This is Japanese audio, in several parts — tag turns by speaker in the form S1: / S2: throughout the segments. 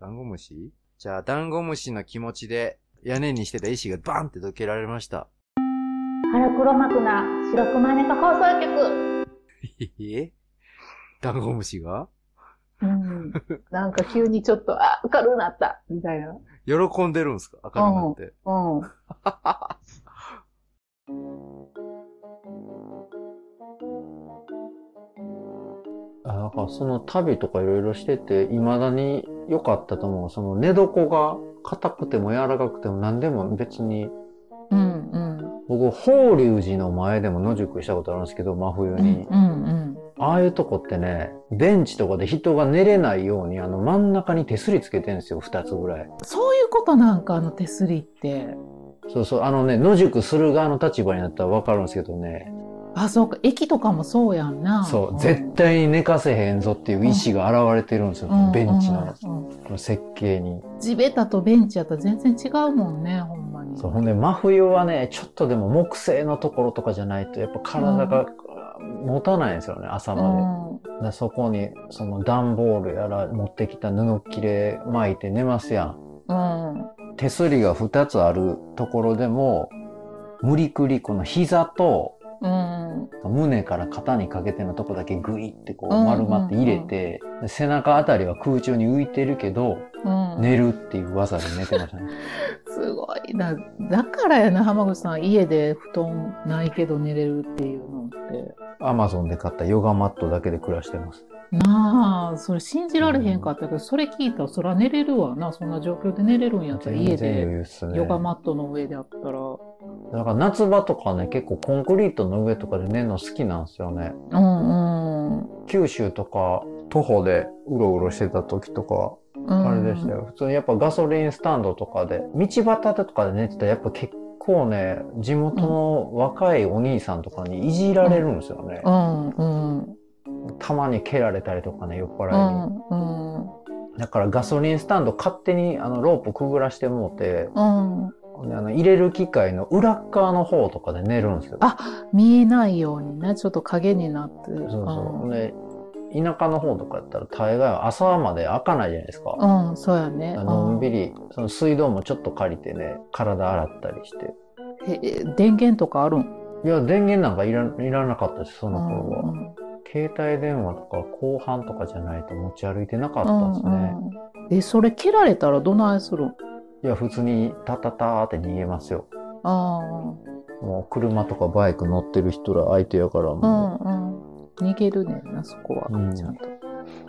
S1: ダンゴムシじゃあ、ダンゴムシの気持ちで、屋根にしてた石がバンってどけられました。
S2: 腹黒幕な白熊猫放送局。
S1: えダンゴムシが
S2: うん。なんか急にちょっと、あ、明るくなった、みたいな。
S1: 喜んでるんですか明るくなって。
S2: うん。
S3: あなんかその旅とかいろいろしてて、未だに良かったと思う。その寝床が硬くても柔らかくても何でも別に、
S2: うん、うん。
S3: 僕、法隆寺の前でも野宿したことあるんですけど、真冬に。
S2: うん、
S3: ああいうとこってね、ベンチとかで人が寝れないように、あの真ん中に手すりつけてるんですよ、二つぐらい。
S4: そういうことなんか、あの手すりって。
S3: そうそう、あのね、野宿する側の立場になったらわかるんですけどね、
S4: あ、そうか。駅とかもそうやんな。
S3: そう、絶対に寝かせへんぞっていう意思が現れてるんですよ、ベンチの、
S4: うんうんうん
S3: この設計に。
S4: 地べたとベンチやったら全然違うもんね、ほんまに。
S3: そう、ほんで、真冬はね、ちょっとでも木製のところとかじゃないと、やっぱ体が持たないんですよね、朝
S4: う
S3: まで。
S4: ん
S3: でそこに、その段ボールやら持ってきた布切れ巻いて寝ますやん。
S4: うん。
S3: 手すりが2つあるところでも、無理くりこの膝と
S4: うん。
S3: 胸から肩にかけてのとこだけグイってこう
S4: うん
S3: 丸まって入れて、で背中あたりは空中に浮いてるけど、
S4: うん。
S3: 寝るっていう技で寝てました ね。
S4: すごいな。だからやな、浜口さん、家で布団ないけど寝れるっていうのって。
S3: アマゾンで買ったヨガマットだけで暮らしてます。
S4: なあ、それ信じられへんかったけど、それ聞いたら、そら寝れるわな。そんな状況で寝れるんやったら、
S3: 全
S4: 家
S3: 然
S4: で
S3: 余裕っすね。
S4: ヨガマットの上であったら。
S3: だから夏場とかね、結構コンクリートの上とかで寝るの好きなんですよね。
S4: うんうん。
S3: 九州とか徒歩でうろうろしてた時とか、あれでしたよ。普通にやっぱガソリンスタンドとかで、道端とかで寝てたらやっぱ結構ね、地元の若いお兄さんとかにいじられるんですよね
S4: う。んうん
S3: たまに蹴られたりとかね、酔っ
S4: う
S3: 払いに。
S4: んうん
S3: だからガソリンスタンド勝手にあのロープくぐらしてもうて、
S4: うん
S3: であの入れる機械の裏っ側の方とかで寝るんですよ。
S4: あ見えないようにねちょっと影になって
S3: そうそう。で、田舎の方とかやったら大概朝まで開かないじゃないですか。
S4: うん、うん、そうやね
S3: のんびり、その水道もちょっと借りてね、体洗ったりして。
S4: うんええ電源とかあるん
S3: いや、電源なんかいらいらなかったし、その頃は。
S4: うん
S3: 携帯電話とか後半とかじゃないと持ち歩いてなかっ
S4: う
S3: たん
S4: ん
S3: です
S4: う
S3: ね。
S4: んえそれ切られたらどないするん
S3: いや、普通にタタターって逃げますよ。
S4: あ
S3: もう車とかバイク乗ってる人ら相手やから
S4: あう
S3: も
S4: んうん逃げるねんなそこは、
S3: うん
S4: ちゃんと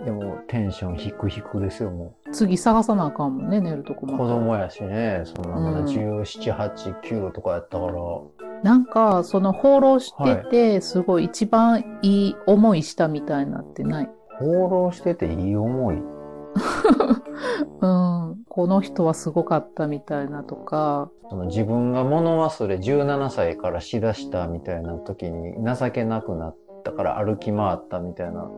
S3: う、でもテンション低く低くですよ、も
S4: 次探さなあかんもんね寝るとこ
S3: う。
S4: も
S3: 子供やしね、そんなまだ
S4: うん
S3: 17、8、9とかやったから、
S4: なんかその放浪してて、すごい一番いい思いしたみたいなってない
S3: 放浪してていい思い。
S4: うん、この人はすごかったみたいなとか、
S3: その自分が物忘れ17歳からしだしたみたいな時に情けなくなったから歩き回ったみたいな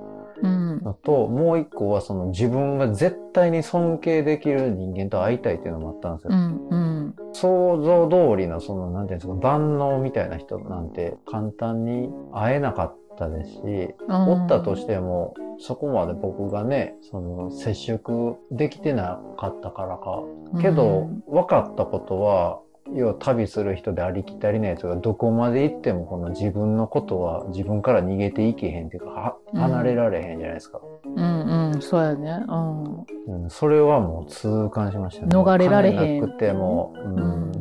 S4: うん、
S3: のと、もう一個はその自分が絶対に尊敬できる人間と会いたいっていうのもあったんですよ
S4: う。ん、うん、
S3: 想像通りのその、なんていうんですか、万能みたいな人なんて簡単に会えなかったですし、
S4: うん。
S3: おったとしても、そこまで僕がね、その接触できてなかったからか、けど、分かったことは、要は旅する人でありきたりなやつがどこまで行ってもこの自分のことは自分から逃げていけへんっていうか、は
S4: うん
S3: 離れられへんじゃないですか。
S4: うん、うん、うん、そうやね。うん、
S3: うん、それはもう痛感しましたね。
S4: 逃れられへん
S3: お金なくても、う
S4: うんん、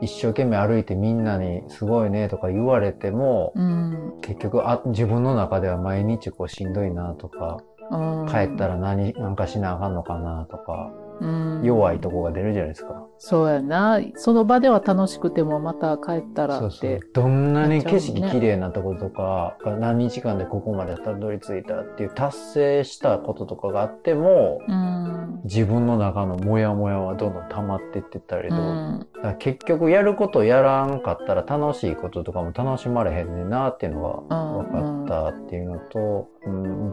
S3: 一生懸命歩いてみんなにすごいねとか言われても、
S4: うん、
S3: 結局あ自分の中では毎日こうしんどいなとか、
S4: うん。
S3: 帰ったら何、なんかしなあかんのかなとか、
S4: うん、
S3: 弱いとこが出るじゃないですか。
S4: そうやな。その場では楽しくても、また帰ったらっ
S3: そ
S4: て。
S3: うそう。どんなに景色
S4: なっちゃ
S3: 綺
S4: うもんね
S3: 麗なとことか、何日間でここまでたどり着いたっていう達成したこととかがあっても、
S4: うん、
S3: 自分の中のモヤモヤはどんどん溜まってってったり
S4: う
S3: とか、
S4: ん、
S3: だから結局やることやらんかったら楽しいこととかも楽しまれへんねんなっていうのが分かったっていうのと、うん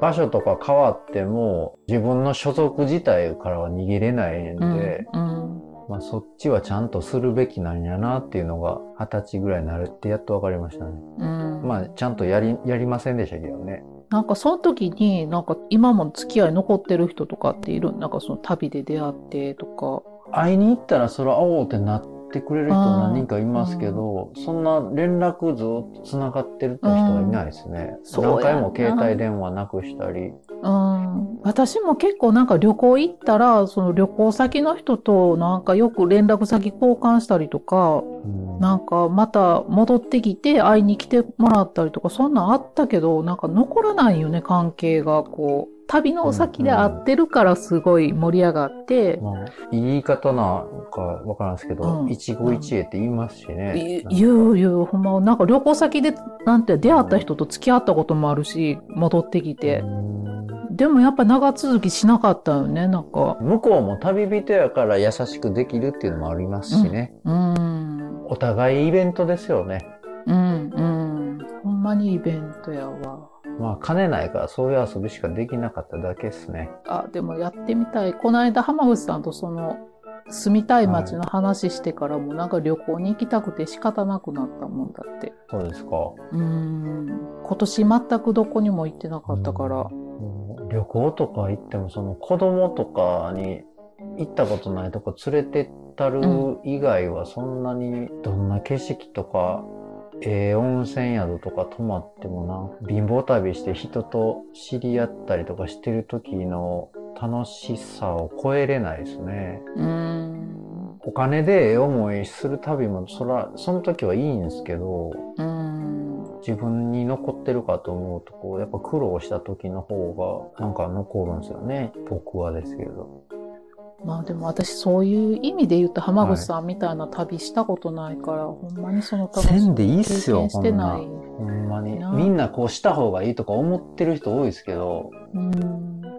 S3: 場所とか変わっても自分の所属自体からは逃げれないん
S4: うん、
S3: で、
S4: うん。
S3: まあ、そっちはちゃんとするべきなんやなっていうのが二十歳ぐらいになるってやっと分かりましたね。
S4: うん、
S3: まあちゃんとやりやりませんでしたけどね。
S4: なんかその時に、なんか今も付き合い残ってる人とかっているなんかその旅で出会ってとか。
S3: 会いに行ったらそれは会おうってなってくれる人何人かいますけど、そんな連絡ずっとつながってるって人はいないですね。
S4: そうやな
S3: 何回も携帯電話なくしたり。
S4: うん、私も結構なんか旅行行ったら、その旅行先の人となんかよく連絡先交換したりとか、
S3: うん
S4: なんかまた戻ってきて会いに来てもらったりとか、そんなんあったけど、なんか残らないよね、関係が。こう、旅の先で会ってるからすごい盛り上がって、
S3: まあ、言い方なんかわからんですけど、
S4: うん
S3: 一期一会って言いますしね。
S4: い言う言う、ほんま、なんか旅行先でなんて出会った人と付き合ったこともあるし、戻ってきて。
S3: うん
S4: でもやっぱ長続きしなかったよね、なんか。
S3: 向こうも旅人やから優しくできるっていうのもありますしね。
S4: うん。
S3: お互いイベントですよね。
S4: うんうん。ほんまにイベントやわ。
S3: まあ、金ないからそういう遊びしかできなかっただけですね。
S4: あ、でもやってみたい。この間浜口さんとその住みたい街の話してからもなんか旅行に行きたくて仕方なくなったもんだって。
S3: そうですか。
S4: うん。今年全くどこにも行ってなかったから。
S3: うん旅行とか行っても、その子供とかに行ったことないとこ連れてったる以外はそんなにどんな景色とか、ええ温泉宿とか泊まってもな、貧乏旅して人と知り合ったりとかしてる時の楽しさを超えれないですね。
S4: うん。
S3: お金でええ思いする旅も、そら、その時はいいんですけど、
S4: うん。
S3: 自分に残ってるかと思うとこうやっぱ苦労した時の方がなんか残るんですよね僕はですけど
S4: まあでも私そういう意味で言うと浜口さんみたいな旅したことないから、ほんまにその楽しみ
S3: せんでいいっ
S4: 経
S3: すよ
S4: 験してな
S3: こ
S4: い。
S3: ほんまに
S4: な
S3: みんなこうした方がいいとか思ってる人多いですけど
S4: うん。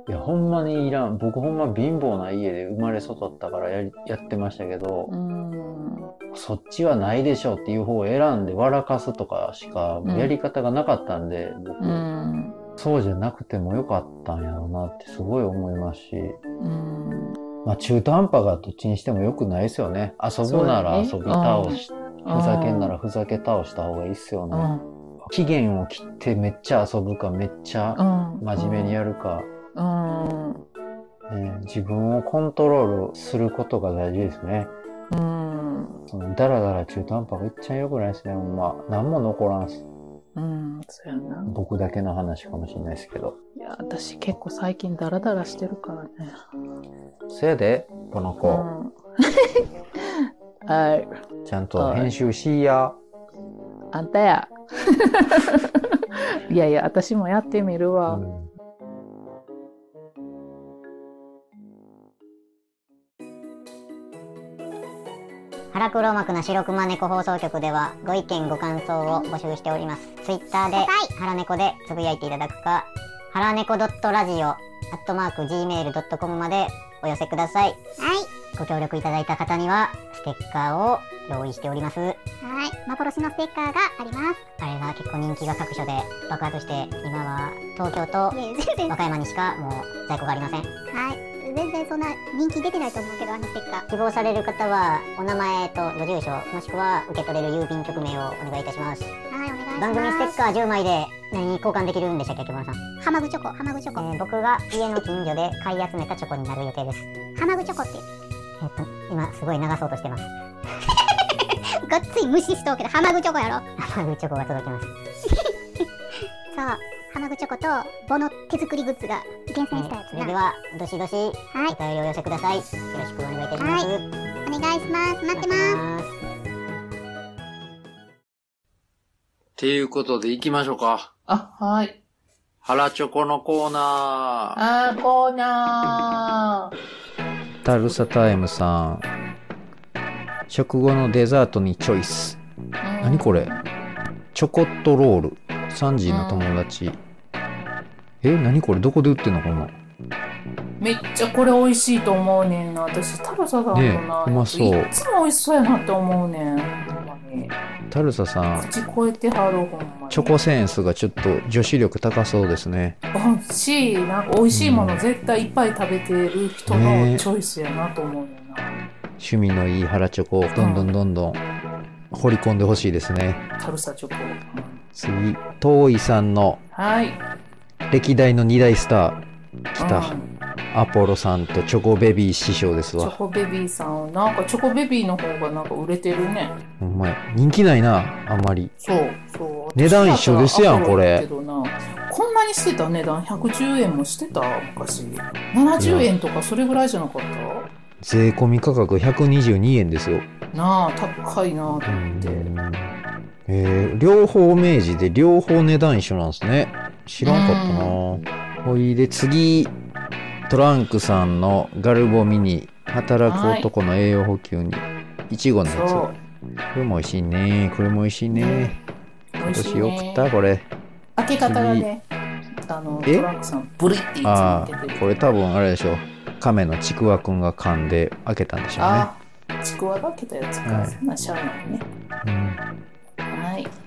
S3: いやほんまにいらん僕ほんま貧乏な家で生まれ育ったからやりやってましたけど
S4: う、ん。
S3: そっちはないでしょうっていう方を選んで笑かすとかしか
S4: うん
S3: やり方がなかったんで、僕、
S4: うん。
S3: そうじゃなくてもよかったんやろうなってすごい思いますし。
S4: うん。
S3: まあ、中途半端がどっちにしても良くないですよね。遊ぶなら遊
S4: そう
S3: び
S4: だね
S3: 倒し、ふざけんならふざけ倒した方がいいっすよ
S4: う
S3: ね。
S4: ん。
S3: 期限を切ってめっちゃ遊ぶかめっちゃ
S4: うん。
S3: 真面目にやるか、
S4: うん。
S3: ね、自分をコントロールすることが大事ですね。
S4: うん。
S3: そのダラダラ中途半端がいっちゃ良くないですね。ほんま何も残らんっす。
S4: うん。そうやな。
S3: 僕だけの話かもしれないですけど。
S4: いや、私結構最近ダラダラしてるからね。
S3: せやで、この子、
S4: うん。はい。
S3: ちゃんと編集しいや。
S4: あんたや。いやいや、私もやってみるわ。
S3: うん
S5: 腹黒幕な白熊猫放送局ではご意見ご感想を募集しておりますツイッターで腹猫でつぶやいていただくか腹猫ドットラジオアットマーク Gmail.com までお寄せくださいはいご協力いただいた方にはステッカーを用意しておりますはい幻のステッカーがありますあれが結構人気が各所で爆発して今は東京と和歌山にしかもう在庫がありません
S6: はい。全然そんな人気出てないと思うけど、あのステッカー。
S5: 希望される方はお名前とご住所もしくは受け取れる郵便局名をお願いいたします
S6: はい、お願いします。
S5: 番組ステッカー10枚で何に交換できるんでしたっけ木村さん、え
S6: ハマグチョコ、ハマグチョコ。
S5: ー僕が家の近所で買い集めたチョコになる予定です
S6: ハマグチョコっていう。
S5: えっと今すごい流そうとしてます
S6: がっつり無視しとうけど、ハマグチョコやろ。
S5: ハマグチョコが届きます
S6: そう。ハマグチョコと、ボの手作りグッズが厳選したやつ
S5: それで
S6: な。
S5: はどしどしお
S6: はい。
S5: 便りをお寄せくださいよろしくお願いいたします、
S6: お願いします。待ってます。
S5: す
S1: ていうことで行きましょうか。
S4: あ、はい。
S1: 腹チョコのコーナー。
S4: あー、コーナー。
S3: タルサタイムさん食後のデザートにチョイス何これチョコットロールサンジーの友達、え何これどこで売ってんのこんなん
S4: めっちゃこれ美味しいと思うねんな。私、タロサさんのな、
S3: ねえうまそう
S4: いつも美味しそうやなって思うねん。ほんまに
S3: タルサさん
S4: 口超えてはる、ほんまに。
S3: チョコセンスがちょっと女子力高そうですね
S4: 美味しい、なんか美味しいもの絶対いっぱい食べてる人
S3: ねえ
S4: のチョイスやなと思うよな。
S3: 趣味のいい腹チョコをどんどんどんどん掘り込んでほしいですね
S4: タルサチョコ。うん
S3: 次トーイさんの
S4: はい。
S3: 歴代の2大スター来た、
S4: うん
S3: アポロさんとチョコベビー師匠です
S4: チョ
S3: わ
S4: コベビーさんなんかチョコベビーの方がなんか売れてるね
S3: お前人気ないなあんまり
S4: そうそう
S3: 値段一緒ですやん
S4: 私
S3: これ
S4: アポロだけどなこんなにしてた値段110円もしてた昔70円とかそれぐらいじゃなかった
S3: 税込み価格122円ですよ
S4: なあ高いな
S3: う
S4: と思って
S3: んえー、両方明治で両方値段一緒なんですね知らんかったなほいで次トランクさんのガルボミニ働く男の栄養補給にいちごのやつ
S4: そ
S3: これも美味しいねこれも美味しいうね
S4: 美
S3: 今
S4: 味し
S3: 年
S4: いね
S3: よくったこれ
S4: 開け方がねあの
S3: え
S4: トランクさんブリっていつも
S3: あ
S4: 開けて
S3: あ
S4: る
S3: これ多分あれでしょ亀のちくわくんが噛んで開けたんでしょうね
S4: あちくわが開けたやつか、
S3: はい
S4: そんなしゃあないね
S3: うん
S4: はい